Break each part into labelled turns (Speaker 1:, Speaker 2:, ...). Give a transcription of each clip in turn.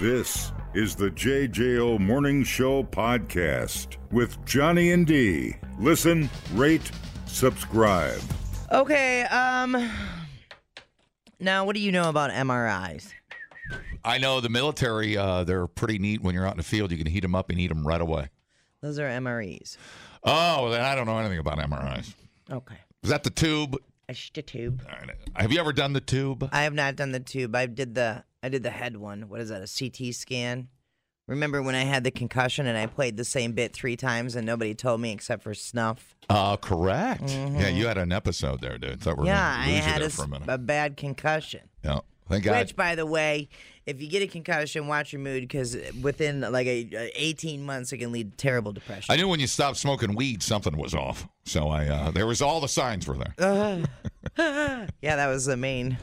Speaker 1: This is the JJO Morning Show podcast with Johnny and D. Listen, rate, subscribe.
Speaker 2: Okay, um now what do you know about MRIs?
Speaker 3: I know the military, uh, they're pretty neat when you're out in the field. You can heat them up and eat them right away.
Speaker 2: Those are MREs.
Speaker 3: Oh, then I don't know anything about MRIs.
Speaker 2: Okay.
Speaker 3: Is that the tube?
Speaker 2: It's the tube.
Speaker 3: All right. Have you ever done the tube?
Speaker 2: I have not done the tube. I did the I did the head one. What is that? A CT scan? Remember when I had the concussion and I played the same bit three times and nobody told me except for snuff?
Speaker 3: Uh, correct. Yeah, you had an episode there, dude. Thought we
Speaker 2: Mm-hmm.
Speaker 3: were
Speaker 2: yeah,
Speaker 3: gonna
Speaker 2: I
Speaker 3: lose you
Speaker 2: had
Speaker 3: there
Speaker 2: a,
Speaker 3: for a
Speaker 2: s-
Speaker 3: minute.
Speaker 2: a bad concussion.
Speaker 3: yeah. Thank God.
Speaker 2: Which, by the way, if you get a concussion, watch your mood because within like a, a 18 months, it can lead to terrible depression.
Speaker 3: I knew when you stopped smoking weed, something was off. So I, uh, there was all the signs were
Speaker 2: Uh,
Speaker 3: there.
Speaker 2: yeah, that was the main,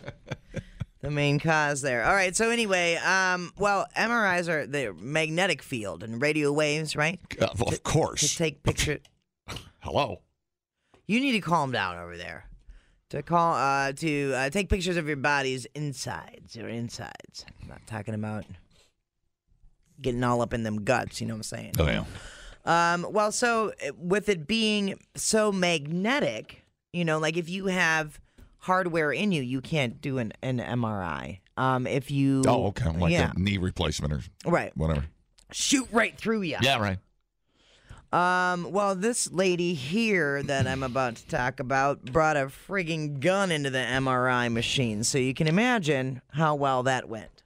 Speaker 2: the main cause there. All right. So anyway, um, well, MRIs are the magnetic field and radio waves, right?
Speaker 3: Uh, well, of
Speaker 2: To
Speaker 3: course.
Speaker 2: take picture.
Speaker 3: Hello.
Speaker 2: You need to calm down over there. To call, uh, to uh, take pictures of your body's insides, your insides. I'm not talking about getting all up in them guts. You know what I'm saying?
Speaker 3: Oh yeah.
Speaker 2: Um, well, so uh, with it being so magnetic, you know, like if you have hardware in you, you can't do an, an MRI. Um, if you
Speaker 3: Oh, okay. Like
Speaker 2: yeah,
Speaker 3: a knee replacement or
Speaker 2: right,
Speaker 3: whatever.
Speaker 2: shoot right through you.
Speaker 3: Yeah, right.
Speaker 2: Um, well, this lady here that I'm about to talk about brought a frigging gun into the MRI machine, so you can imagine how well that went.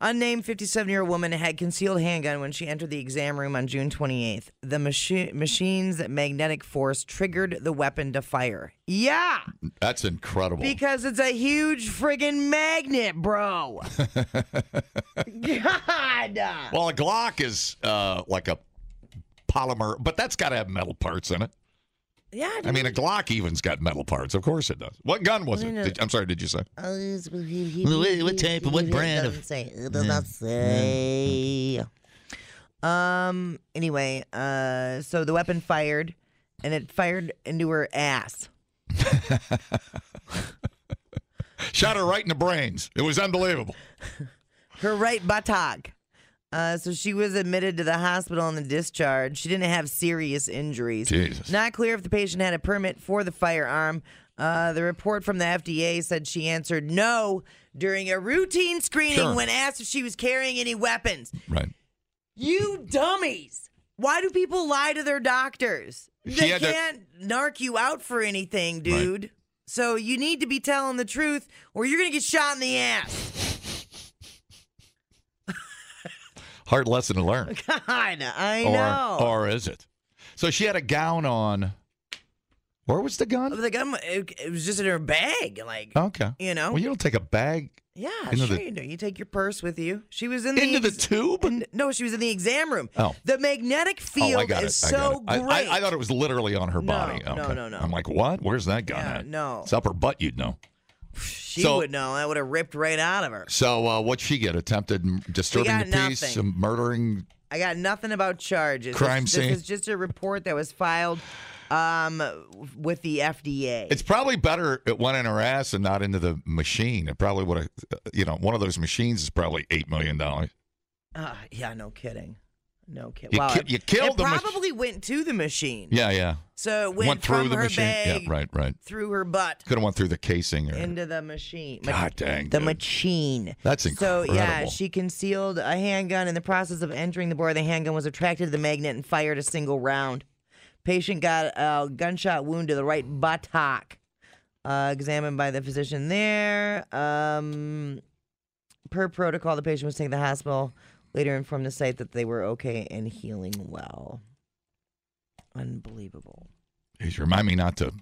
Speaker 2: Unnamed 57 year old woman had concealed handgun when she entered the exam room on June 28th. The machi- machine's magnetic force triggered the weapon to fire. Yeah,
Speaker 3: That's incredible.
Speaker 2: because it's a huge friggin' magnet, bro. God.
Speaker 3: Well, a Glock is uh, like a polymer, but that's got to have metal parts in it.
Speaker 2: Yeah,
Speaker 3: I mean, a Glock even's got metal parts. Of course it does. What gun was it? Did, I'm sorry, did you say?
Speaker 2: Oh, what, what type? What brand? It doesn't say. It does not say. Um. Anyway, uh, so the weapon fired, and it fired into her ass.
Speaker 3: Shot her right in the brains. It was unbelievable.
Speaker 2: her right buttock. Uh, so she was admitted to the hospital on the discharge. She didn't have serious injuries.
Speaker 3: Jesus.
Speaker 2: Not clear if the patient had a permit for the firearm. Uh, the report from the FDA said she answered no during a routine screening
Speaker 3: Sure.
Speaker 2: when asked if she was carrying any weapons.
Speaker 3: Right.
Speaker 2: You dummies! Why do people lie to their doctors?
Speaker 3: She
Speaker 2: They
Speaker 3: had to-
Speaker 2: can't narc you out for anything, dude. So you need to be telling the truth, or you're gonna get shot in the ass.
Speaker 3: Hard lesson to learn.
Speaker 2: God, I
Speaker 3: or,
Speaker 2: know.
Speaker 3: or is it? So she had a gown on. Where was the gun?
Speaker 2: the gun, it, it was just in her bag. Like,
Speaker 3: Okay.
Speaker 2: you know?
Speaker 3: Well, you don't take a bag
Speaker 2: yeah,
Speaker 3: Oh, into
Speaker 2: sure
Speaker 3: the-
Speaker 2: you do. You take your purse with you. She was in the
Speaker 3: into the
Speaker 2: ex-
Speaker 3: tube.
Speaker 2: in- no, she was in the exam room.
Speaker 3: Oh.
Speaker 2: the magnetic field
Speaker 3: oh, I got
Speaker 2: is
Speaker 3: it. I got
Speaker 2: so
Speaker 3: it. I-
Speaker 2: great.
Speaker 3: I, I thought it was literally on her
Speaker 2: No,
Speaker 3: body.
Speaker 2: no,
Speaker 3: Okay.
Speaker 2: no, no.
Speaker 3: I'm like, what? Where's that gun
Speaker 2: Yeah,
Speaker 3: at?
Speaker 2: no.
Speaker 3: It's up her butt, you'd know.
Speaker 2: she
Speaker 3: so-
Speaker 2: would know. I would have ripped right out of her.
Speaker 3: So uh, what'd she get? Attempted m- disturbing
Speaker 2: got
Speaker 3: the peace,
Speaker 2: nothing.
Speaker 3: um, murdering.
Speaker 2: I got nothing about charges.
Speaker 3: Crime
Speaker 2: this,
Speaker 3: scene.
Speaker 2: This is just a report that was filed um, with the FDA.
Speaker 3: It's probably better it went in her ass and not into the machine. It probably would have, you know, one of those machines is probably $8 million.
Speaker 2: Ah, yeah, no kidding. No kidding.
Speaker 3: You ki-
Speaker 2: it-
Speaker 3: you killed
Speaker 2: it
Speaker 3: the mach-
Speaker 2: probably went to the machine.
Speaker 3: Yeah, yeah.
Speaker 2: So it went,
Speaker 3: through
Speaker 2: from
Speaker 3: the
Speaker 2: her
Speaker 3: machine.
Speaker 2: bag
Speaker 3: Yeah, right, right.
Speaker 2: through her butt.
Speaker 3: Could have went through the casing or.
Speaker 2: into the machine. Ma-
Speaker 3: God dang,
Speaker 2: The
Speaker 3: dude.
Speaker 2: machine.
Speaker 3: That's
Speaker 2: So yeah,
Speaker 3: incredible.
Speaker 2: she concealed a handgun in the process of entering the bore. The handgun was attracted to the magnet and fired a single round. Patient got a gunshot wound to the right buttock. Uh, examined by the physician there. Um, per protocol, the patient was taken to the hospital. Later informed the site that they were okay and healing well. Unbelievable.
Speaker 3: Jeez, remind me not to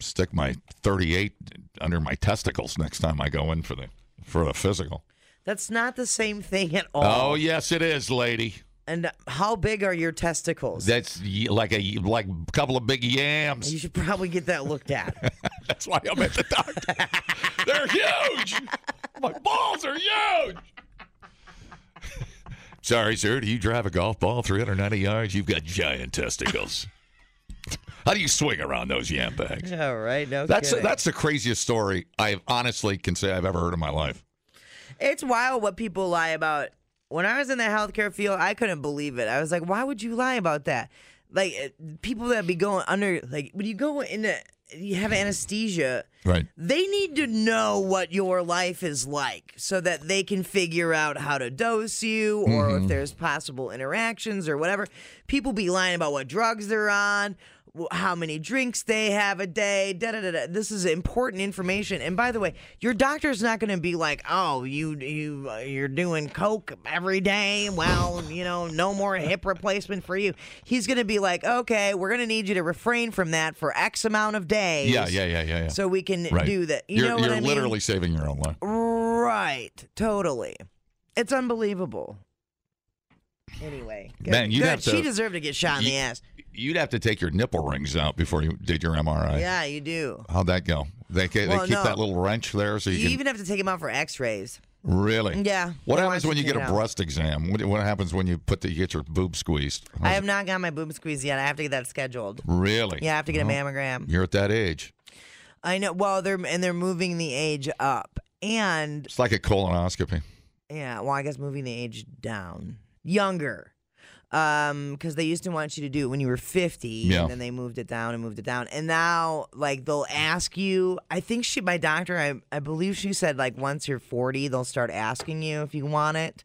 Speaker 3: stick my 38 under my testicles next time I go in for the for a physical.
Speaker 2: That's not the same thing at all.
Speaker 3: Oh, yes, it is, lady.
Speaker 2: And how big are your testicles?
Speaker 3: That's y- like a like a couple of big
Speaker 2: You
Speaker 3: yams.
Speaker 2: should probably get that looked at.
Speaker 3: That's why I'm at the doctor. They're huge. My balls are huge. Sorry, sir. Do you drive a golf ball 390 yards? You've got giant testicles. How do you swing around those yam bags?
Speaker 2: All right, no
Speaker 3: That's
Speaker 2: kidding.
Speaker 3: that's the craziest story I honestly can say I've ever heard in my life.
Speaker 2: it's wild what people lie about When I was in the healthcare field, I couldn't believe it. I was like, why would you lie about that? Like uh, people that be going under, like when you go into, you have anesthesia.
Speaker 3: Right.
Speaker 2: They need to know what your life is like so that they can figure out how to dose you or
Speaker 3: Mm-hmm.
Speaker 2: if there's possible interactions or whatever. People be lying about what drugs they're on, wh- how many drinks they have a day, da da da. da. This is important information. And by the way, your doctor's not going to be like, "Oh, you you uh, you're doing coke every day. Well, you know, no more hip replacement for you." He's going to be like, "Okay, we're going to need you to refrain from that for X amount of days."
Speaker 3: Yeah, yeah, yeah, yeah, yeah.
Speaker 2: so we can
Speaker 3: right.
Speaker 2: do that. You
Speaker 3: are
Speaker 2: know what
Speaker 3: you're
Speaker 2: I mean?
Speaker 3: literally saving your own life.
Speaker 2: right. Totally. It's unbelievable. Anyway, good.
Speaker 3: Man, you'd
Speaker 2: Good.
Speaker 3: have to-
Speaker 2: she deserved to get shot in
Speaker 3: You-
Speaker 2: the ass.
Speaker 3: You'd have to take your nipple rings out before you did your MRI.
Speaker 2: Yeah, you do.
Speaker 3: How'd that go? They, ca-
Speaker 2: Well,
Speaker 3: they keep
Speaker 2: no.
Speaker 3: that little wrench there so you,
Speaker 2: You
Speaker 3: can
Speaker 2: even have to take him out for X-rays.
Speaker 3: really.
Speaker 2: Yeah.
Speaker 3: What
Speaker 2: They
Speaker 3: happens
Speaker 2: want
Speaker 3: when you
Speaker 2: to
Speaker 3: get a
Speaker 2: take it out.
Speaker 3: breast exam? What, what happens when you put the, you get your boob squeezed?
Speaker 2: I have not got my boob squeezed yet. I have to get that scheduled.
Speaker 3: really. Uh-huh.
Speaker 2: Yeah, I have to get a mammogram.
Speaker 3: You're at that age.
Speaker 2: I know. Well, they're and they're moving the age up, and
Speaker 3: It's like a colonoscopy.
Speaker 2: Mm-hmm. yeah, well, I guess moving the age down, younger, um, because they used to want you to do it when you were fifty,
Speaker 3: Yeah.
Speaker 2: and then they moved it down and moved it down, and now like they'll ask you. I think she, my doctor, I I believe she said like once you're forty, they'll start asking you if you want it.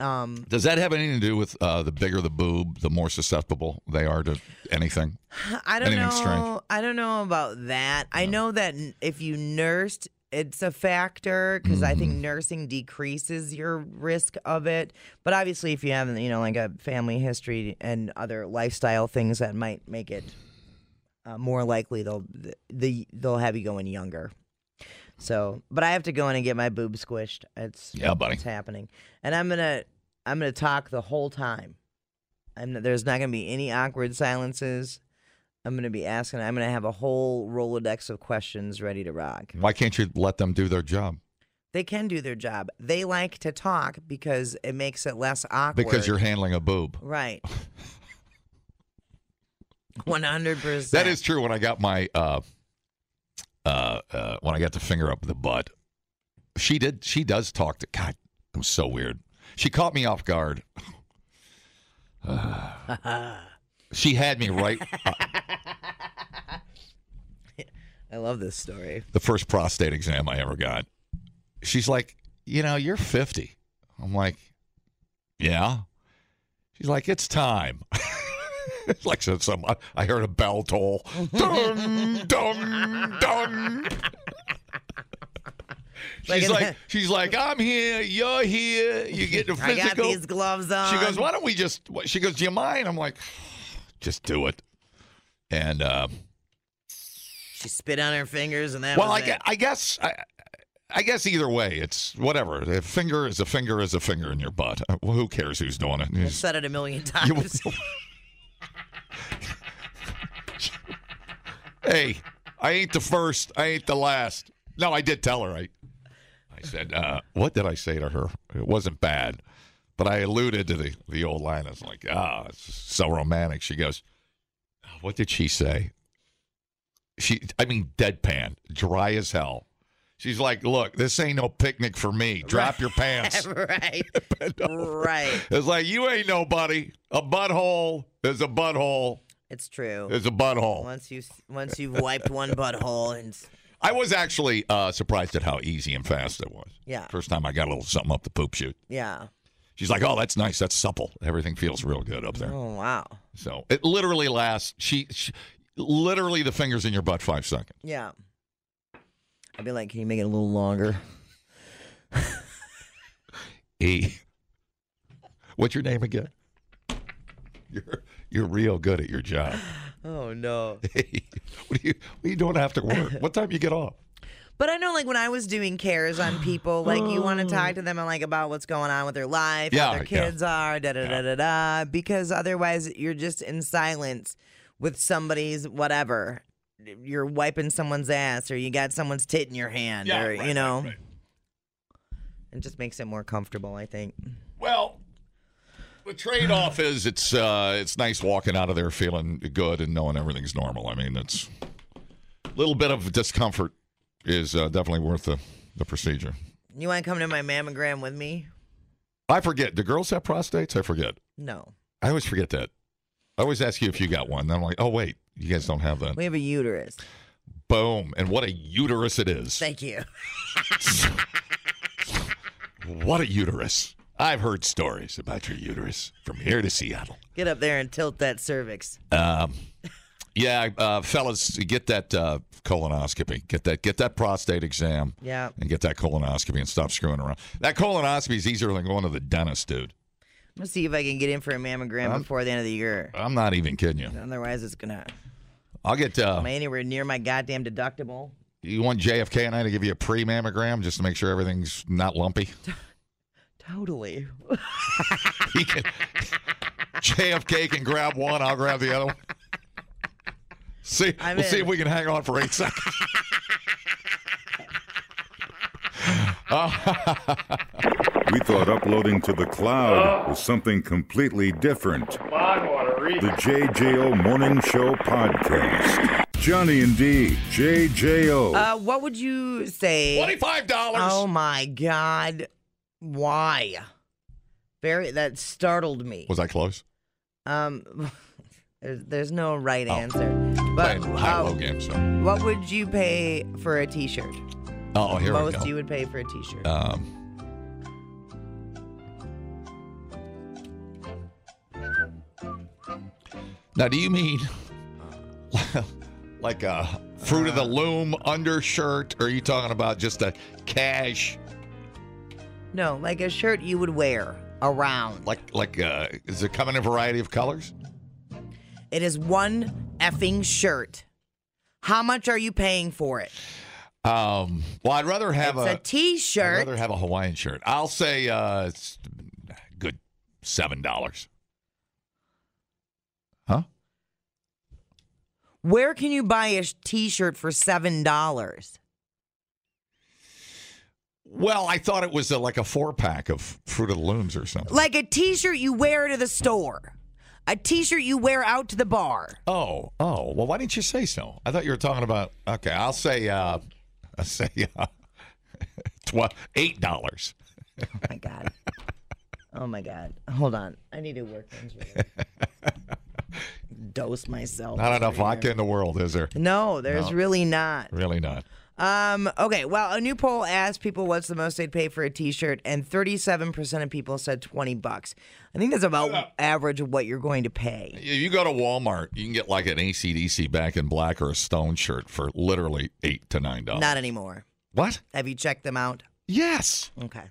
Speaker 2: Um,
Speaker 3: Does that have anything to do with uh, the bigger the boob, the more susceptible they are to anything?
Speaker 2: I don't
Speaker 3: Anything
Speaker 2: know.
Speaker 3: strange.
Speaker 2: I don't know about that. I know that n- if you nursed, it's a factor because I think
Speaker 3: Mm-hmm.
Speaker 2: nursing decreases your risk of it. But obviously, if you have you know like a family history and other lifestyle things that might make it uh, more likely they'll th- the they'll have you going younger. So, but I have to go in and get my boob squished. It's
Speaker 3: Yeah, buddy.
Speaker 2: it's happening, and I'm gonna I'm gonna talk the whole time. I'm there's not gonna be any awkward silences. I'm gonna be asking. I'm gonna have a whole rolodex of questions ready to rock.
Speaker 3: Why can't you let them do their job?
Speaker 2: They can do their job. They like to talk because it makes it less awkward.
Speaker 3: Because you're handling a boob.
Speaker 2: right. One hundred percent.
Speaker 3: That is true. When I got my uh, uh, uh, when I got the finger up the butt, she did. She does talk to. God, it was so weird. She caught me off guard. she had me right.
Speaker 2: I love this story.
Speaker 3: the first prostate exam I ever got. She's like, you know, you're 50. I'm like, yeah. She's like, it's time. it's like some, some I heard a bell toll. dun, dun, dun.
Speaker 2: Like
Speaker 3: She's
Speaker 2: in
Speaker 3: like,
Speaker 2: the-
Speaker 3: she's like, I'm here, you're here, you get the
Speaker 2: I got
Speaker 3: physical.
Speaker 2: these gloves on.
Speaker 3: She goes, "Why don't we just?" wh- She goes, "Do you mind?" I'm like, "Just do it." And uh,
Speaker 2: She spit on her fingers, and that.
Speaker 3: well,
Speaker 2: was
Speaker 3: I, gue-
Speaker 2: it.
Speaker 3: I guess I, I guess either way, it's whatever. A finger is a finger is a finger in your butt. Uh, Well, who cares who's doing it?
Speaker 2: I've said it a million times.
Speaker 3: hey, I ain't the first. I ain't the last. No, I did tell her. I, I said, uh, what did I say to her? It wasn't bad, but I alluded to the the old line. I was like, ah, it's so romantic. She goes, what did she say? She, I mean, deadpan, dry as hell. She's like, look, this ain't no picnic for me. Drop your pants.
Speaker 2: right. right.
Speaker 3: It's like you ain't nobody. A butthole is a butthole
Speaker 2: It's true.
Speaker 3: is a butthole.
Speaker 2: Once you once you've wiped one butthole and s-
Speaker 3: I was actually uh, surprised at how easy and fast it was.
Speaker 2: yeah
Speaker 3: First time I got a little something up the poop chute.
Speaker 2: yeah.
Speaker 3: She's like, "Oh, that's nice. That's supple. Everything feels real good up there."
Speaker 2: Oh wow.
Speaker 3: So it literally lasts. She, she literally the fingers in your butt five seconds.
Speaker 2: Yeah. I'd be like, can you make it a little longer?
Speaker 3: E. What's your name again? You're you're real good at your job.
Speaker 2: Oh no.
Speaker 3: Hey, what do you what are you doing after work? What time you get off?
Speaker 2: But I know, like when I was doing cares on people, like you want to talk to them and like about what's going on with their life,
Speaker 3: Yeah,
Speaker 2: how their
Speaker 3: yeah.
Speaker 2: kids are, da da da da da, because otherwise you're just in silence with somebody's whatever. You're wiping someone's ass, or you got someone's tit in your hand,
Speaker 3: Yeah,
Speaker 2: or
Speaker 3: right,
Speaker 2: you
Speaker 3: right,
Speaker 2: know,
Speaker 3: right.
Speaker 2: it just makes it more comfortable. I think.
Speaker 3: Well, the trade-off is it's uh, it's nice walking out of there feeling good and knowing everything's normal. I mean, it's a little bit of discomfort is uh, definitely worth the the procedure.
Speaker 2: You want to come to my mammogram with me?
Speaker 3: I forget. Do girls have prostates? I forget.
Speaker 2: No,
Speaker 3: I always forget that. I always ask you if you got one. Then I'm like, oh wait, you guys don't have that.
Speaker 2: we have a uterus.
Speaker 3: Boom! And what a uterus it is.
Speaker 2: Thank you.
Speaker 3: What a uterus. I've heard stories about your uterus from here to Seattle.
Speaker 2: Get up there and tilt that cervix.
Speaker 3: Yeah, uh, fellas, get that uh, colonoscopy. Get that. Get that prostate exam.
Speaker 2: Yeah.
Speaker 3: And get that colonoscopy and stop screwing around. That colonoscopy is easier than going to the dentist, dude.
Speaker 2: Let's see if I can get in for a mammogram before the end of the year.
Speaker 3: I'm not even kidding you.
Speaker 2: Otherwise, it's gonna
Speaker 3: I'll get. Uh,
Speaker 2: am I anywhere near my goddamn deductible?
Speaker 3: you want JFK and I to give you a pre mammogram just to make sure everything's not lumpy?
Speaker 2: Totally.
Speaker 3: He can, JFK can grab one. I'll grab the other one. See,
Speaker 2: I'm
Speaker 3: we'll see
Speaker 2: in.
Speaker 3: if we can hang on for eight seconds.
Speaker 1: We thought uploading to the cloud was something completely different.
Speaker 4: Bog water, read
Speaker 1: The JJO Morning Show Podcast. Johnny and D, JJO.
Speaker 2: Uh, what would you say?
Speaker 3: Twenty-five dollars.
Speaker 2: Oh my god! Why? Very that startled me.
Speaker 3: Was I close?
Speaker 2: Um, there's, there's no right answer. But
Speaker 3: Playing Oh. high low
Speaker 2: uh,
Speaker 3: game. So.
Speaker 2: what would you pay for a T-shirt?
Speaker 3: Oh, here we
Speaker 2: Most
Speaker 3: go.
Speaker 2: you would pay for a T-shirt.
Speaker 3: Um, now, do you mean like a fruit
Speaker 2: Uh.
Speaker 3: of the loom undershirt, or are you talking about just a cash,
Speaker 2: no, like a shirt you would wear around.
Speaker 3: like like uh, is it coming in a variety of colors?
Speaker 2: It is one effing shirt. How much are you paying for it?
Speaker 3: Um, well, I'd rather have
Speaker 2: it's a
Speaker 3: a I'd
Speaker 2: T-shirt.
Speaker 3: rather have a Hawaiian shirt. I'll say uh, it's good seven dollars. Huh?
Speaker 2: Where can you buy a sh- T-shirt for seven dollars?
Speaker 3: Well, I thought it was uh like a four pack of Fruit of the Looms or something.
Speaker 2: Like a T-shirt you wear to the store, a T-shirt you wear out to the bar.
Speaker 3: Oh, oh. Well, why didn't you say so? I thought you were talking about. Okay, I'll say. uh I'll say uh, tw- eight dollars.
Speaker 2: Oh my god. Oh my god. Hold on. I need to work on you. Dose myself.
Speaker 3: Not enough vodka in the world, is there?
Speaker 2: No, there's really not.
Speaker 3: Really not.
Speaker 2: Um, okay, well, a new poll asked people what's the most they'd pay for a t-shirt, and 37% of people said 20 bucks. I think that's about average of what you're going to pay.
Speaker 3: If you go to Walmart, you can get like an ACDC back in black or a Stone shirt for literally eight to nine dollars.
Speaker 2: Not anymore.
Speaker 3: What?
Speaker 2: Have you checked them out?
Speaker 3: Yes.
Speaker 2: Okay.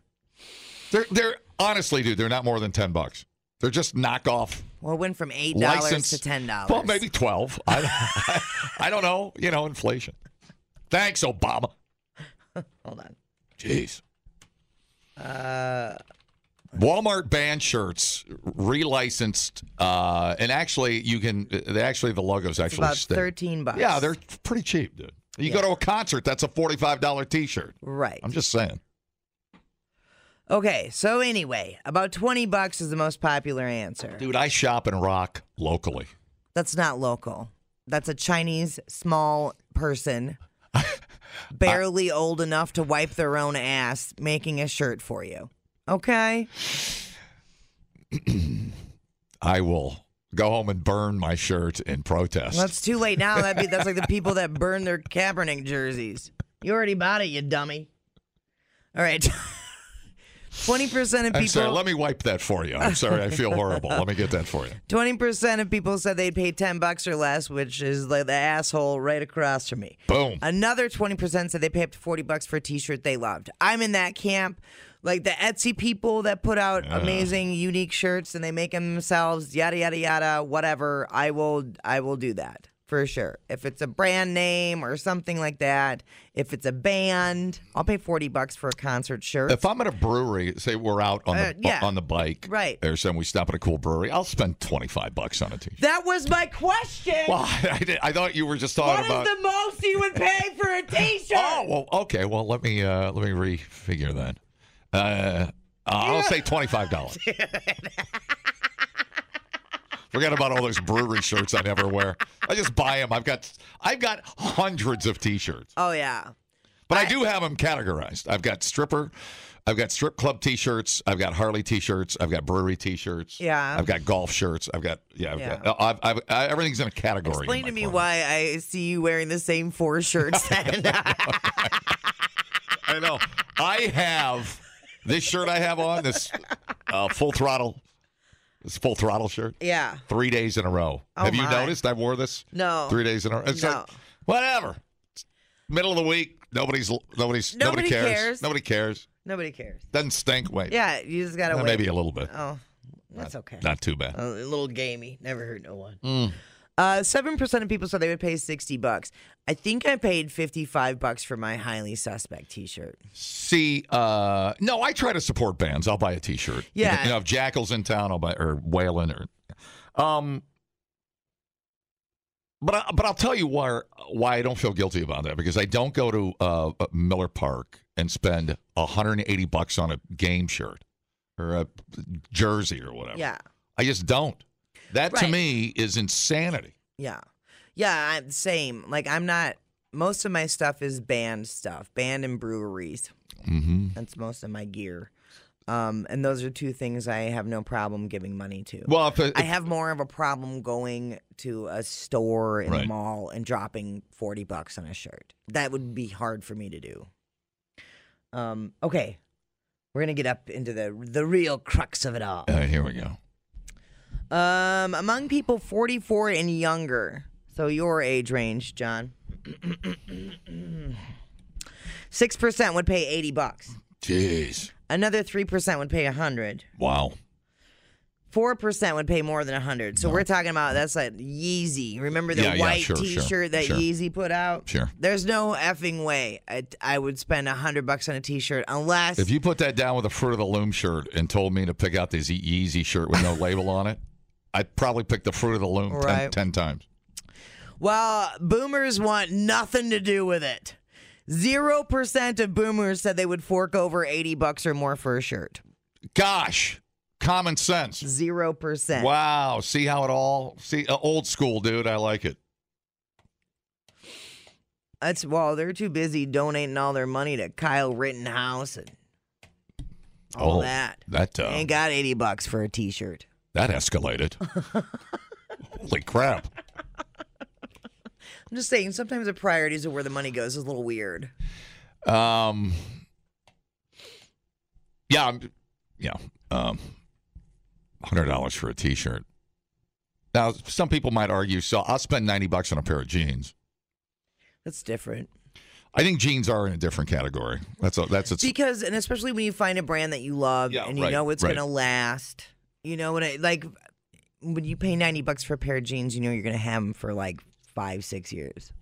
Speaker 3: They're they're honestly, dude. They're not more than ten bucks. They're just knockoff
Speaker 2: Well, it went from $8
Speaker 3: license
Speaker 2: to $10.
Speaker 3: Well, maybe twelve. I, I, I don't know. You know, inflation. Thanks, Obama.
Speaker 2: Hold on.
Speaker 3: Jeez. Uh, Walmart banned shirts, relicensed, uh, and actually, you can. They actually the logos
Speaker 2: It's
Speaker 3: actually
Speaker 2: about
Speaker 3: stay.
Speaker 2: 13 bucks.
Speaker 3: Yeah, they're pretty cheap, dude. You go to a concert, that's a forty-five dollar T-shirt.
Speaker 2: Right.
Speaker 3: I'm just saying.
Speaker 2: Okay, so anyway, about 20 bucks is the most popular answer.
Speaker 3: Dude, I shop and rock locally.
Speaker 2: That's not local. That's a Chinese small person, barely old enough to wipe their own ass, making a shirt for you. Okay?
Speaker 3: I will go home and burn my shirt in protest.
Speaker 2: Well, it's too late now. That'd be, that's like the people that burn their Kaepernick jerseys. You already bought it, you dummy. All right. 20% of
Speaker 3: I'm sorry.
Speaker 2: people
Speaker 3: Let me wipe that for you. I'm sorry. I feel horrible. Let me get that for you.
Speaker 2: 20% of people said they'd pay 10 bucks or less, which is like the asshole right across from me.
Speaker 3: Boom.
Speaker 2: Another 20% said they pay up to 40 bucks for a t-shirt they loved. I'm in that camp. Like the Etsy people that put out amazing unique shirts and they make them themselves, yada yada yada, whatever. I will I will do that for sure. If it's a brand name or something like that, if it's a band, I'll pay 40 bucks for a concert shirt.
Speaker 3: If I'm at a brewery, say we're out on the
Speaker 2: Uh, yeah.
Speaker 3: on the bike,
Speaker 2: Right.
Speaker 3: Or something, we stop at a cool brewery. I'll spend twenty five bucks on a t-shirt.
Speaker 2: that was my question.
Speaker 3: Well, I, did, I thought you were just
Speaker 2: what
Speaker 3: talking
Speaker 2: is
Speaker 3: about.
Speaker 2: the most you would pay for a t-shirt?
Speaker 3: oh, well, okay. Well, let me uh, let me refigure that. Uh, I'll say twenty five dollars. Forget about all those brewery shirts I never wear. I just buy them. I've got I've got hundreds of t-shirts.
Speaker 2: Oh yeah.
Speaker 3: But I, do have them categorized. I've got stripper, I've got strip club T-shirts, I've got Harley T-shirts, I've got brewery T-shirts,
Speaker 2: Yeah.
Speaker 3: I've got golf shirts, I've got yeah, I've
Speaker 2: Yeah.
Speaker 3: got I've, I've, I, everything's in a category. in
Speaker 2: Explain
Speaker 3: my
Speaker 2: to me
Speaker 3: closet.
Speaker 2: why I see you wearing the same four shirts. Then.
Speaker 3: I know. I have this shirt I have on this uh, full throttle, this full throttle shirt.
Speaker 2: yeah.
Speaker 3: Three days in a row.
Speaker 2: Oh,
Speaker 3: have you
Speaker 2: my.
Speaker 3: noticed? I wore this.
Speaker 2: No.
Speaker 3: three days in a row. It's
Speaker 2: No.
Speaker 3: like whatever. It's middle of the week. Nobody's nobody's nobody,
Speaker 2: Nobody
Speaker 3: cares.
Speaker 2: cares.
Speaker 3: Nobody cares.
Speaker 2: Nobody cares.
Speaker 3: Doesn't stink. Wait,
Speaker 2: Yeah, you just gotta
Speaker 3: Eh,
Speaker 2: wait.
Speaker 3: maybe a little bit.
Speaker 2: Oh, that's okay.
Speaker 3: Not too bad.
Speaker 2: a little gamey. Never hurt no one. Uh, Seven percent of people said they would pay sixty bucks. I think I paid fifty-five bucks for my highly suspect T-shirt.
Speaker 3: See, uh, no, I try to support bands. I'll buy a T-shirt.
Speaker 2: Yeah.
Speaker 3: You know, if Jackal's in town, I'll buy or Whalen or, um. But I, but I'll tell you why why I don't feel guilty about that because I don't go to uh, Miller Park and spend 180 bucks on a game shirt or a jersey or whatever.
Speaker 2: Yeah,
Speaker 3: I just don't. That to
Speaker 2: Right.
Speaker 3: me is insanity.
Speaker 2: yeah, yeah. I'm same. Like I'm not. Most of my stuff is band stuff, band and breweries.
Speaker 3: Mm-hmm.
Speaker 2: That's most of my gear. Um, and those are two things I have no problem giving money to.
Speaker 3: Well, if, if,
Speaker 2: I have more of a problem going to a store in
Speaker 3: Right.
Speaker 2: the mall and dropping 40 bucks on a shirt. That would be hard for me to do. Um, okay. We're going to get up into the the real crux of it all.
Speaker 3: uh, here we go.
Speaker 2: Um, among people 44 and younger, so your age range, John. 6% would pay 80 bucks.
Speaker 3: Jeez,
Speaker 2: Another 3% would pay 100.
Speaker 3: wow.
Speaker 2: Four percent would pay more than a hundred. So we're talking about that's like Yeezy. Remember the
Speaker 3: Yeah, yeah,
Speaker 2: white
Speaker 3: sure, sure,
Speaker 2: T-shirt that
Speaker 3: sure.
Speaker 2: Yeezy put out?
Speaker 3: Sure.
Speaker 2: There's no effing way I, I would spend a hundred bucks on a T-shirt unless
Speaker 3: If you put that down with a Fruit of the Loom shirt and told me to pick out this E- Yeezy shirt with no label on it, I'd probably pick the Fruit of the Loom ten ten
Speaker 2: Right.
Speaker 3: times.
Speaker 2: well, boomers want nothing to do with it. Zero percent of boomers said they would fork over eighty bucks or more for a shirt.
Speaker 3: Gosh, common sense.
Speaker 2: Zero percent.
Speaker 3: Wow. See how it all. See, uh, old school, dude. I like it.
Speaker 2: That's well, they're too busy donating all their money to Kyle Rittenhouse and all
Speaker 3: oh,
Speaker 2: that.
Speaker 3: That
Speaker 2: They
Speaker 3: uh,
Speaker 2: ain't got eighty bucks for a T-shirt.
Speaker 3: that escalated. Holy crap.
Speaker 2: I'm just saying, sometimes the priorities of where the money goes is a little weird.
Speaker 3: Um. Yeah, I'm- yeah. Um, hundred dollars for a T-shirt. Now, some people might argue, so I'll spend ninety bucks on a pair of jeans.
Speaker 2: That's different.
Speaker 3: I think jeans are in a different category. That's a, that's a,
Speaker 2: Because, and especially when you find a brand that you love
Speaker 3: Yeah,
Speaker 2: and you
Speaker 3: right,
Speaker 2: know it's
Speaker 3: right.
Speaker 2: going to last. You know what I like? When you pay 90 bucks for a pair of jeans, you know you're going to have them for like five, six years.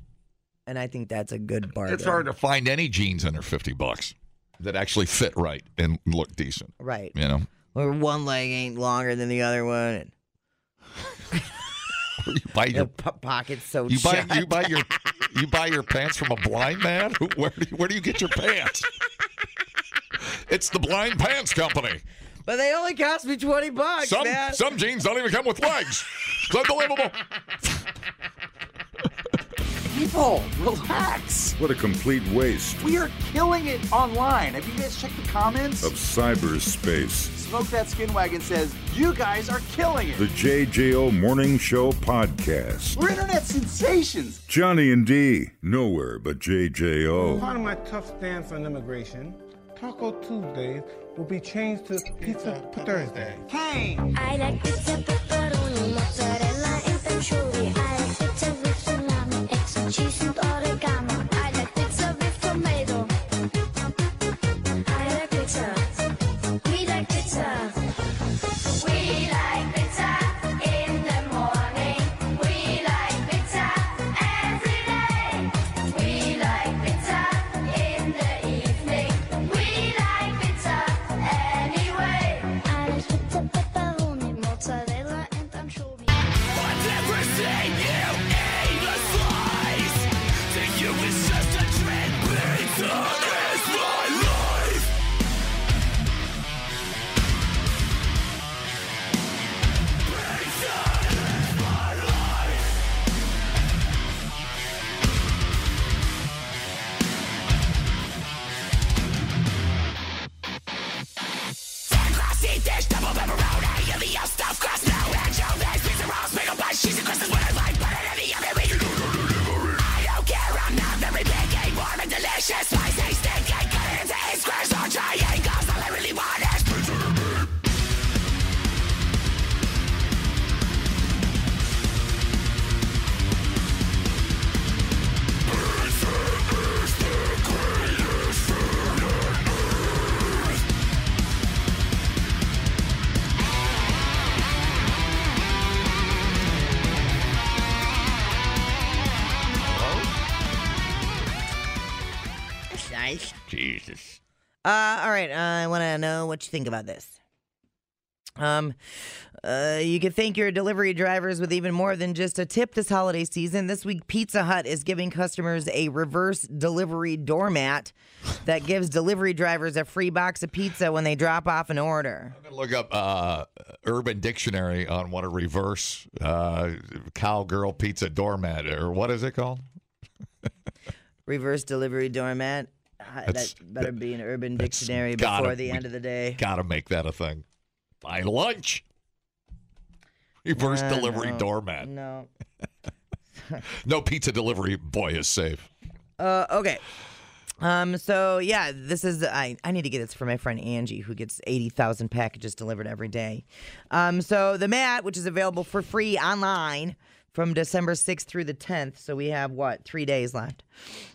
Speaker 2: And I think that's a good bargain.
Speaker 3: it's hard to find any jeans under fifty bucks that actually fit right and look decent.
Speaker 2: Right.
Speaker 3: You know,
Speaker 2: Or one leg ain't longer than the other one. And
Speaker 3: you buy
Speaker 2: the
Speaker 3: your
Speaker 2: po- pocket's so
Speaker 3: you buy
Speaker 2: shut.
Speaker 3: you buy your you buy your pants from a blind man. Who- Where do you, where do you get your pants? It's the Blind Pants Company.
Speaker 2: but they only cost me 20 bucks,
Speaker 3: Some
Speaker 2: man.
Speaker 3: some jeans don't even come with legs. It's unbelievable.
Speaker 4: People, relax.
Speaker 1: What a complete waste
Speaker 4: We are killing it online. Have you guys checked the comments?
Speaker 1: of cyberspace.
Speaker 4: Smoke That Skin Wagon says, You guys are killing
Speaker 1: The
Speaker 4: it.
Speaker 1: JJO Morning Show Podcast.
Speaker 4: We're internet sensations.
Speaker 1: Johnny and D, nowhere but JJO.
Speaker 5: Part of my tough stance on immigration, Taco Tuesdays will be changed to Pizza Thursday.
Speaker 4: Hey,
Speaker 6: I like pizza pepperoni, mozzarella and pencioli. I like pizza with salami, extra cheese and oregano. I like pizza with tomato. I like pizza. We like pizza. We like pizza in the morning. We like pizza every day. We like pizza in the evening. We like pizza anyway. I like pizza pepperoni, mozzarella and anchovy.
Speaker 7: What's that
Speaker 2: That's nice.
Speaker 3: Jesus.
Speaker 2: Uh, all right. I want to know what you think about this. Um, uh, you can thank your delivery drivers with even more than just a tip this holiday season. This week, Pizza Hut is giving customers a reverse delivery doormat that gives delivery drivers a free box of pizza when they drop off an order.
Speaker 3: I'm gonna look up uh, Urban Dictionary on what a reverse uh, cowgirl pizza doormat or what is it called?
Speaker 2: Reverse delivery doormat. Uh,
Speaker 3: That's-
Speaker 2: that better be an urban
Speaker 3: that's
Speaker 2: dictionary
Speaker 3: gotta
Speaker 2: before the
Speaker 3: be-
Speaker 2: end of the day.
Speaker 3: Gotta make that a thing. Buy lunch. Reverse
Speaker 2: Uh,
Speaker 3: delivery
Speaker 2: no,
Speaker 3: doormat.
Speaker 2: No.
Speaker 3: No pizza delivery boy is safe.
Speaker 2: Uh, okay. Um, so yeah, this is I, I need to get this for my friend Angie who gets eighty thousand packages delivered every day. Um, so the mat, which is available for free online from December sixth through the tenth, so we have what three days left,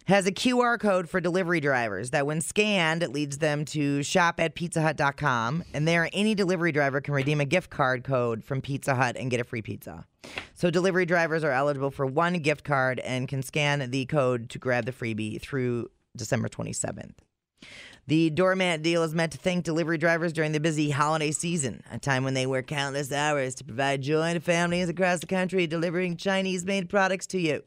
Speaker 2: has a QR code for delivery drivers that, when scanned, it leads them to shop at PizzaHut.com, and there any delivery driver can redeem a gift card code from Pizza Hut and get a free pizza. So delivery drivers are eligible for one gift card and can scan the code to grab the freebie through December 27th. The doormat deal is meant to thank delivery drivers during the busy holiday season, a time when they work countless hours to provide joy to families across the country, delivering Chinese made products to you.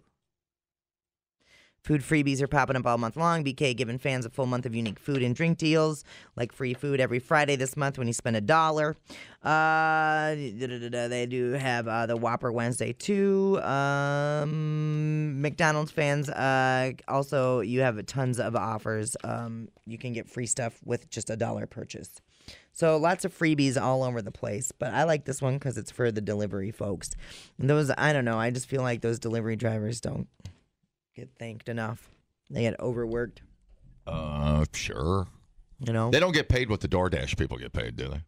Speaker 2: Food freebies are popping up all month long. BK giving fans a full month of unique food and drink deals, like free food every Friday this month when you spend a dollar. Uh, da-da-da-da, they do have uh, the Whopper Wednesday too. Um, McDonald's fans, uh, also you have tons of offers. Um, you can get free stuff with just a dollar purchase. So lots of freebies all over the place, but I like this one because it's for the delivery folks. And those, I don't know, I just feel like those delivery drivers don't get thanked enough. They get overworked,
Speaker 3: Uh, sure.
Speaker 2: you know.
Speaker 3: They don't get paid what the DoorDash people get paid, do they?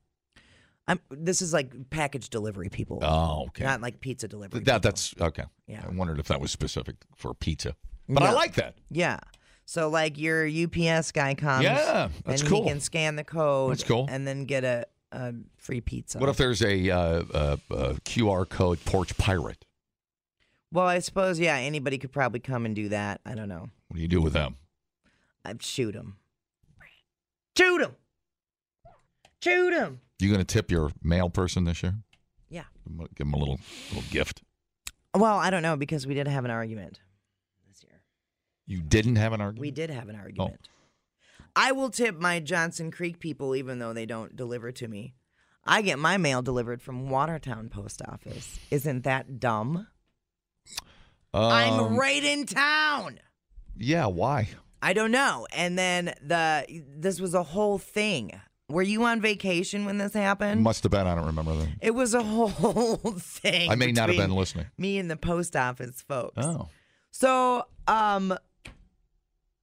Speaker 2: I'm, this is like package delivery people,
Speaker 3: Oh, okay.
Speaker 2: not like pizza delivery.
Speaker 3: that, that's okay.
Speaker 2: Yeah.
Speaker 3: I wondered if that was specific for pizza, but I
Speaker 2: No.
Speaker 3: like that.
Speaker 2: Yeah. So like your UPS guy comes.
Speaker 3: Yeah, that's
Speaker 2: and
Speaker 3: cool.
Speaker 2: He can scan the code.
Speaker 3: That's cool.
Speaker 2: And then get a, a free pizza.
Speaker 3: What if there's a, uh, uh uh QR code porch pirate?
Speaker 2: well, I suppose yeah. Anybody could probably come and do that. I don't know.
Speaker 3: What do you do with them?
Speaker 2: I'd shoot him. Shoot him. Shoot him.
Speaker 3: You going to tip your mail person this year?
Speaker 2: Yeah.
Speaker 3: Give 'em a- Give them a little little gift.
Speaker 2: Well, I don't know because we did have an argument this year.
Speaker 3: You didn't have an argument.
Speaker 2: We did have an argument. I will tip my Johnson Creek people even though they don't deliver to me. I get my mail delivered from Watertown Post Office. Isn't that dumb? I'm
Speaker 3: Um,
Speaker 2: right in town.
Speaker 3: Yeah. Why?
Speaker 2: I don't know. And then the this was a whole thing. Were you on vacation when this happened?
Speaker 3: Must have been. I don't remember that.
Speaker 2: it was a whole thing.
Speaker 3: I may not have
Speaker 2: between
Speaker 3: been listening.
Speaker 2: Me and the post office folks.
Speaker 3: Oh.
Speaker 2: So, um,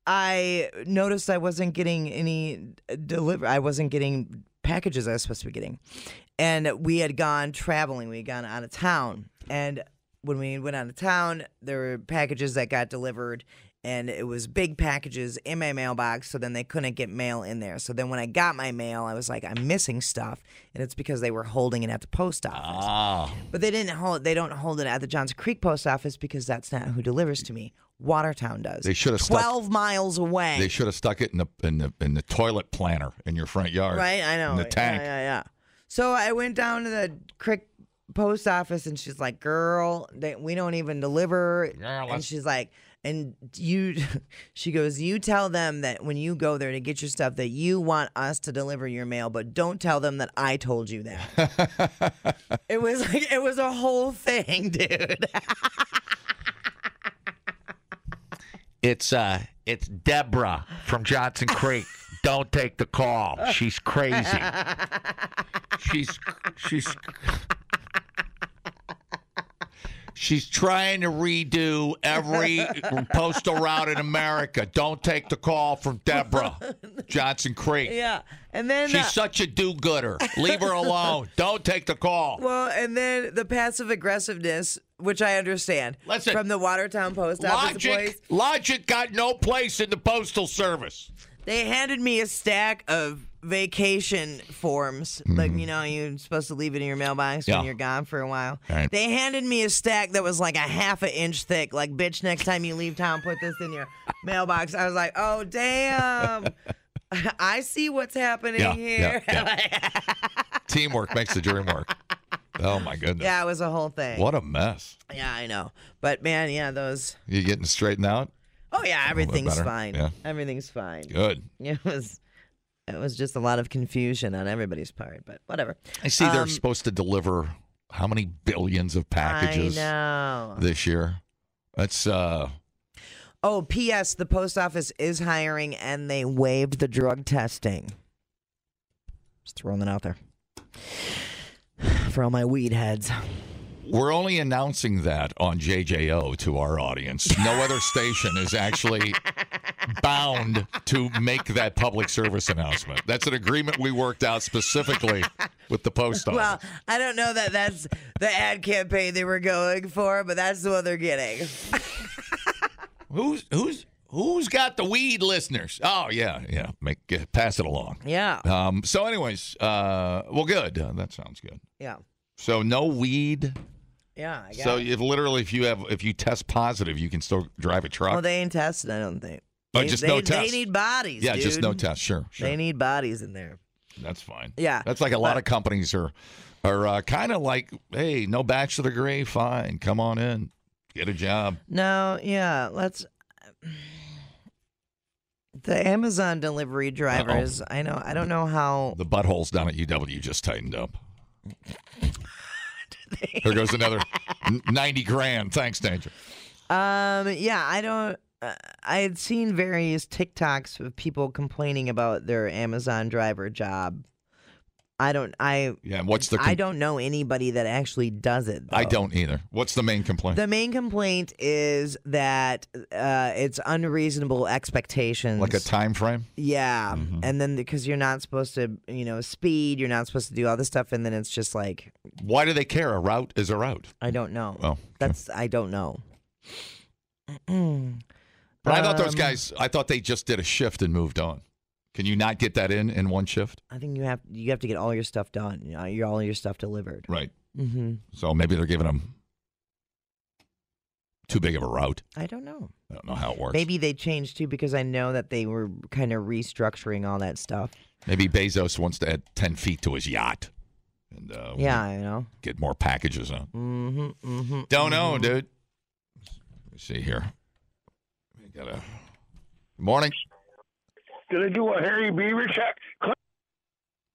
Speaker 2: I noticed I wasn't getting any deliver. I wasn't getting packages I was supposed to be getting, and we had gone traveling. We had gone out of town, and when we went out of town, there were packages that got delivered. And it was big packages in my mailbox, so then they couldn't get mail in there. So then when I got my mail, I was like, I'm missing stuff, and it's because they were holding it at the post office.
Speaker 3: Ah.
Speaker 2: But they didn't hold. They don't hold it at the Johns Creek post office because that's not who delivers to me. Watertown does.
Speaker 3: They should have stuck-
Speaker 2: twelve miles away.
Speaker 3: They should have stuck it in the in the in the toilet planter in your front yard.
Speaker 2: right? I know.
Speaker 3: In the tank.
Speaker 2: Yeah, yeah, yeah. So I went down to the Creek post office, and she's like, "Girl, they, we don't even deliver."
Speaker 3: Girl,
Speaker 2: and
Speaker 3: that's-
Speaker 2: she's like, "And you," she goes, "You tell them that when you go there to get your stuff, that you want us to deliver your mail, but don't tell them that I told you that." it was like it was a whole thing, dude.
Speaker 3: It's uh, it's Deborah from Johnson Creek.
Speaker 7: don't take the call. She's crazy. she's she's
Speaker 3: She's trying to redo every postal route in America. Don't take the call from Deborah Johnson Creek.
Speaker 2: Yeah, and then uh,
Speaker 3: She's such a do-gooder. Leave her alone. Don't take the call.
Speaker 2: well, and then the passive aggressiveness, which I understand,
Speaker 3: Listen.
Speaker 2: from the Watertown post office employees.
Speaker 3: Logic, logic got no place in the postal service.
Speaker 2: They handed me a stack of vacation forms. Like, you know, you're supposed to leave it in your mailbox
Speaker 3: Mm-hmm. Yeah.
Speaker 2: when you're gone for a while.
Speaker 3: Right.
Speaker 2: They handed me a stack that was like a half an inch thick. Like, bitch, next time you leave town, put this in your mailbox. I was like, oh, damn. I see what's happening
Speaker 3: Yeah, yeah,
Speaker 2: here.
Speaker 3: yeah. Teamwork makes the dream work. Oh my goodness.
Speaker 2: Yeah, it was a whole thing.
Speaker 3: What a mess.
Speaker 2: Yeah, I know. But man, yeah, those.
Speaker 3: You getting straightened out?
Speaker 2: Oh, yeah,
Speaker 3: bit
Speaker 2: everything's
Speaker 3: better.
Speaker 2: fine.
Speaker 3: Yeah.
Speaker 2: Everything's fine.
Speaker 3: Good.
Speaker 2: It was. It was just a lot of confusion on everybody's part, but whatever.
Speaker 3: I see they're
Speaker 2: Um,
Speaker 3: supposed to deliver how many billions of packages
Speaker 2: I know.
Speaker 3: this year? That's uh
Speaker 2: Oh, P.S. The post office is hiring, and they waived the drug testing. Just throwing that out there for all my weed heads.
Speaker 3: We're only announcing that on JJO to our audience. No other station is actually bound to make that public service announcement. That's an agreement we worked out specifically with the post office.
Speaker 2: Well, I don't know that that's the ad campaign they were going for, but that's the one they're getting.
Speaker 3: who's who's who's got the weed listeners? Oh yeah, yeah. Make get- pass it along.
Speaker 2: Yeah,
Speaker 3: Um, so, anyways, uh, well, good. Uh, that sounds good.
Speaker 2: yeah,
Speaker 3: So no weed.
Speaker 2: yeah. I got
Speaker 3: So
Speaker 2: it.
Speaker 3: if literally, if you have, if you test positive, you can still drive a truck.
Speaker 2: well, they ain't tested. I don't think.
Speaker 3: Oh,
Speaker 2: They-
Speaker 3: just
Speaker 2: they,
Speaker 3: no
Speaker 2: they
Speaker 3: test.
Speaker 2: need bodies.
Speaker 3: yeah, just
Speaker 2: dude.
Speaker 3: no test. Sure, sure.
Speaker 2: They need bodies in there.
Speaker 3: That's fine.
Speaker 2: Yeah,
Speaker 3: That's like a lot
Speaker 2: but-
Speaker 3: of companies are are uh, kind of like, hey, no bachelor degree, fine, come on in, get a job.
Speaker 2: No, yeah, let's. The Amazon delivery drivers. I know. I don't know how.
Speaker 3: The buttholes down at UW just tightened up. there goes another n- ninety grand. Thanks, Danger.
Speaker 2: Um. Yeah, I don't. Uh, I had seen various TikToks of people complaining about their Amazon driver job. I don't. I.
Speaker 3: Yeah, and what's the? com-
Speaker 2: I don't know anybody that actually does it.
Speaker 3: I
Speaker 2: though.
Speaker 3: don't either. What's the main complaint?
Speaker 2: The main complaint is that uh, it's unreasonable expectations.
Speaker 3: like a time frame?
Speaker 2: Yeah,
Speaker 3: Mm-hmm.
Speaker 2: and then because you're not supposed to, you know, speed, you're not supposed to do all this stuff, and then it's just like
Speaker 3: Why do they care? A route is a route.
Speaker 2: I don't know.
Speaker 3: Oh, okay.
Speaker 2: That's I don't know.
Speaker 3: But I thought
Speaker 2: Um,
Speaker 3: those guys. I thought they just did a shift and moved on. Can you not get that in in one shift?
Speaker 2: I think you have you have to get all your stuff done. You know, your all your stuff delivered.
Speaker 3: Right.
Speaker 2: hmm
Speaker 3: So maybe they're giving them too big of a route.
Speaker 2: I don't know.
Speaker 3: I don't know how it works.
Speaker 2: Maybe they changed too because I know that they were kind of restructuring all that stuff.
Speaker 3: Maybe Bezos wants to add ten feet to his yacht and uh,
Speaker 2: Yeah, you know.
Speaker 3: get more packages on.
Speaker 2: hmm hmm
Speaker 3: Don't know, dude. Let me see here. We got a morning.
Speaker 8: Did I do a Harry Beaver check?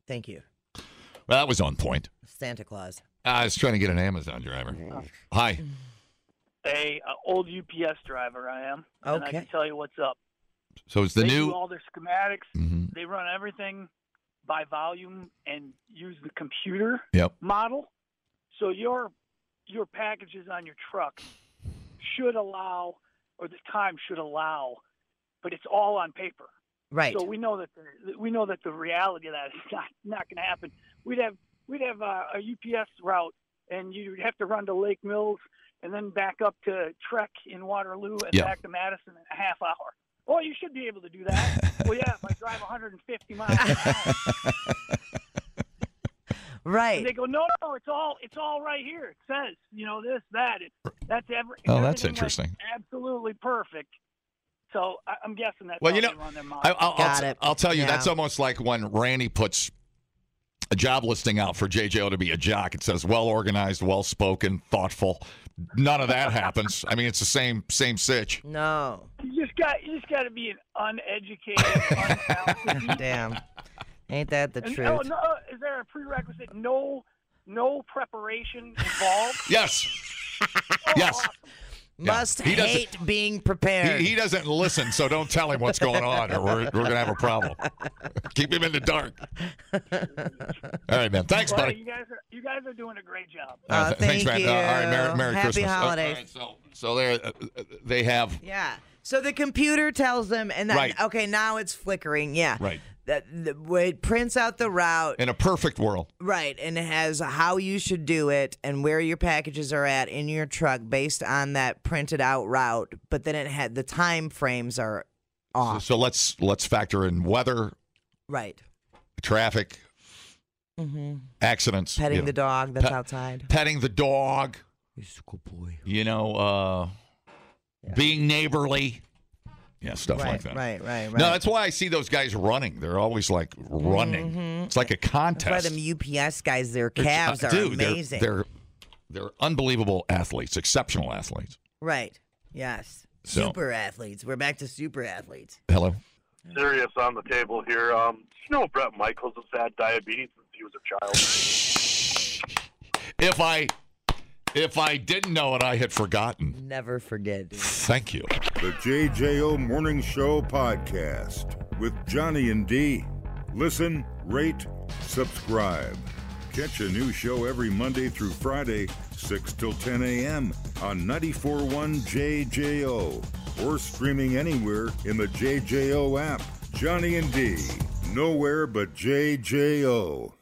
Speaker 2: Thank you,
Speaker 3: Well, that was on point.
Speaker 2: Santa Claus.
Speaker 3: I was trying to get an Amazon driver.
Speaker 2: Mm-hmm.
Speaker 3: Hi.
Speaker 8: A uh, old UPS driver, I am. And I
Speaker 2: Okay.
Speaker 8: can tell you what's up.
Speaker 3: So it's the
Speaker 8: they
Speaker 3: new.
Speaker 8: do all their schematics.
Speaker 3: Mhm.
Speaker 8: They run everything by volume and use the computer
Speaker 3: Yep.
Speaker 8: model. So your your packages on your truck should allow, or the time should allow, but it's all on paper.
Speaker 2: Right.
Speaker 8: So we know that the, we know that the reality of that is not not going to happen. We'd have we'd have uh, a, a UPS route, and you'd have to run to Lake Mills, and then back up to Trek in Waterloo, and
Speaker 3: Yeah.
Speaker 8: back to Madison in a half hour. Oh, you should be able to do that. well, yeah, if I drive 150 miles. An hour. And they
Speaker 2: right.
Speaker 8: go, no, no, it's all it's all right here. It says, you know, this, that. It, that's every.
Speaker 3: Oh, that's
Speaker 8: everything was
Speaker 3: interesting.
Speaker 8: Absolutely perfect. So I, I'm guessing that's
Speaker 3: Well,
Speaker 8: how
Speaker 3: you know,
Speaker 8: they run their model.
Speaker 3: I, I'll, I'll,
Speaker 2: Got
Speaker 3: t-
Speaker 2: it.
Speaker 3: I'll tell you,
Speaker 2: Yeah.
Speaker 3: that's almost like when Randy puts a job listing out for JJO to be a jock. It says well organized, well spoken, thoughtful. None of that happens. I mean, it's the same same sitch.
Speaker 2: No.
Speaker 8: You just got you just got to be an uneducated, untalented.
Speaker 2: Damn. Ain't that the
Speaker 8: and,
Speaker 2: truth?
Speaker 8: oh, no, is there a prerequisite? No, no preparation involved.
Speaker 3: Yes.
Speaker 8: Oh,
Speaker 3: Yes.
Speaker 8: awesome.
Speaker 2: Must
Speaker 3: He doesn't-
Speaker 2: hate being prepared.
Speaker 3: He, he doesn't listen, so don't tell him what's going on, or we're, we're going to have a problem. Keep him in the dark. All right, man. Thanks,
Speaker 8: Well,
Speaker 3: buddy. Uh,
Speaker 8: you guys are you guys are doing a great job.
Speaker 2: Uh,
Speaker 3: th- thanks, man.
Speaker 2: thank
Speaker 3: Uh, all right, Merry,
Speaker 2: you.
Speaker 3: Merry
Speaker 2: Happy
Speaker 3: Christmas. Oh, all
Speaker 2: holidays.
Speaker 3: right, so, so there, uh, uh, they have.
Speaker 2: Yeah. So the computer tells them, and then,
Speaker 3: Right.
Speaker 2: okay, now it's flickering. Yeah.
Speaker 3: Right.
Speaker 2: That the, it prints out the route,
Speaker 3: In a perfect world,
Speaker 2: right, and it has how you should do it and where your packages are at in your truck based on that printed out route. But then it had the time frames are
Speaker 3: so,
Speaker 2: off.
Speaker 3: so let's let's factor in weather,
Speaker 2: right.
Speaker 3: traffic, accidents,
Speaker 2: Mm-hmm. Petting
Speaker 3: you know,
Speaker 2: the dog that's
Speaker 3: Pet-
Speaker 2: outside.
Speaker 3: petting the dog,
Speaker 2: He's a good boy.
Speaker 3: you know, uh, being neighborly, yeah, stuff
Speaker 2: Right,
Speaker 3: like that.
Speaker 2: right, right, right.
Speaker 3: No, that's why I see those guys running. They're always like running. It's like a contest.
Speaker 2: Mm-hmm. That's why them UPS guys, their
Speaker 3: They're-
Speaker 2: calves
Speaker 3: uh,
Speaker 2: are
Speaker 3: dude, they're-
Speaker 2: amazing.
Speaker 3: They're, they're unbelievable athletes, exceptional athletes.
Speaker 2: right. Yes.
Speaker 3: So-
Speaker 2: Super athletes. We're back to super athletes.
Speaker 3: Hello.
Speaker 9: serious on the table here. Um, do you know Brett Michaels has had diabetes since he was a child.
Speaker 3: If I if I didn't know it, I had forgotten.
Speaker 2: Never forget. dude.
Speaker 3: Thank you.
Speaker 1: The JJO Morning Show podcast with Johnny and D. Listen, rate, subscribe. Catch a new show every Monday through Friday, 6 till 10 a.m. on 941 JJO or streaming anywhere in the JJO app. Johnny and D. Nowhere but JJO.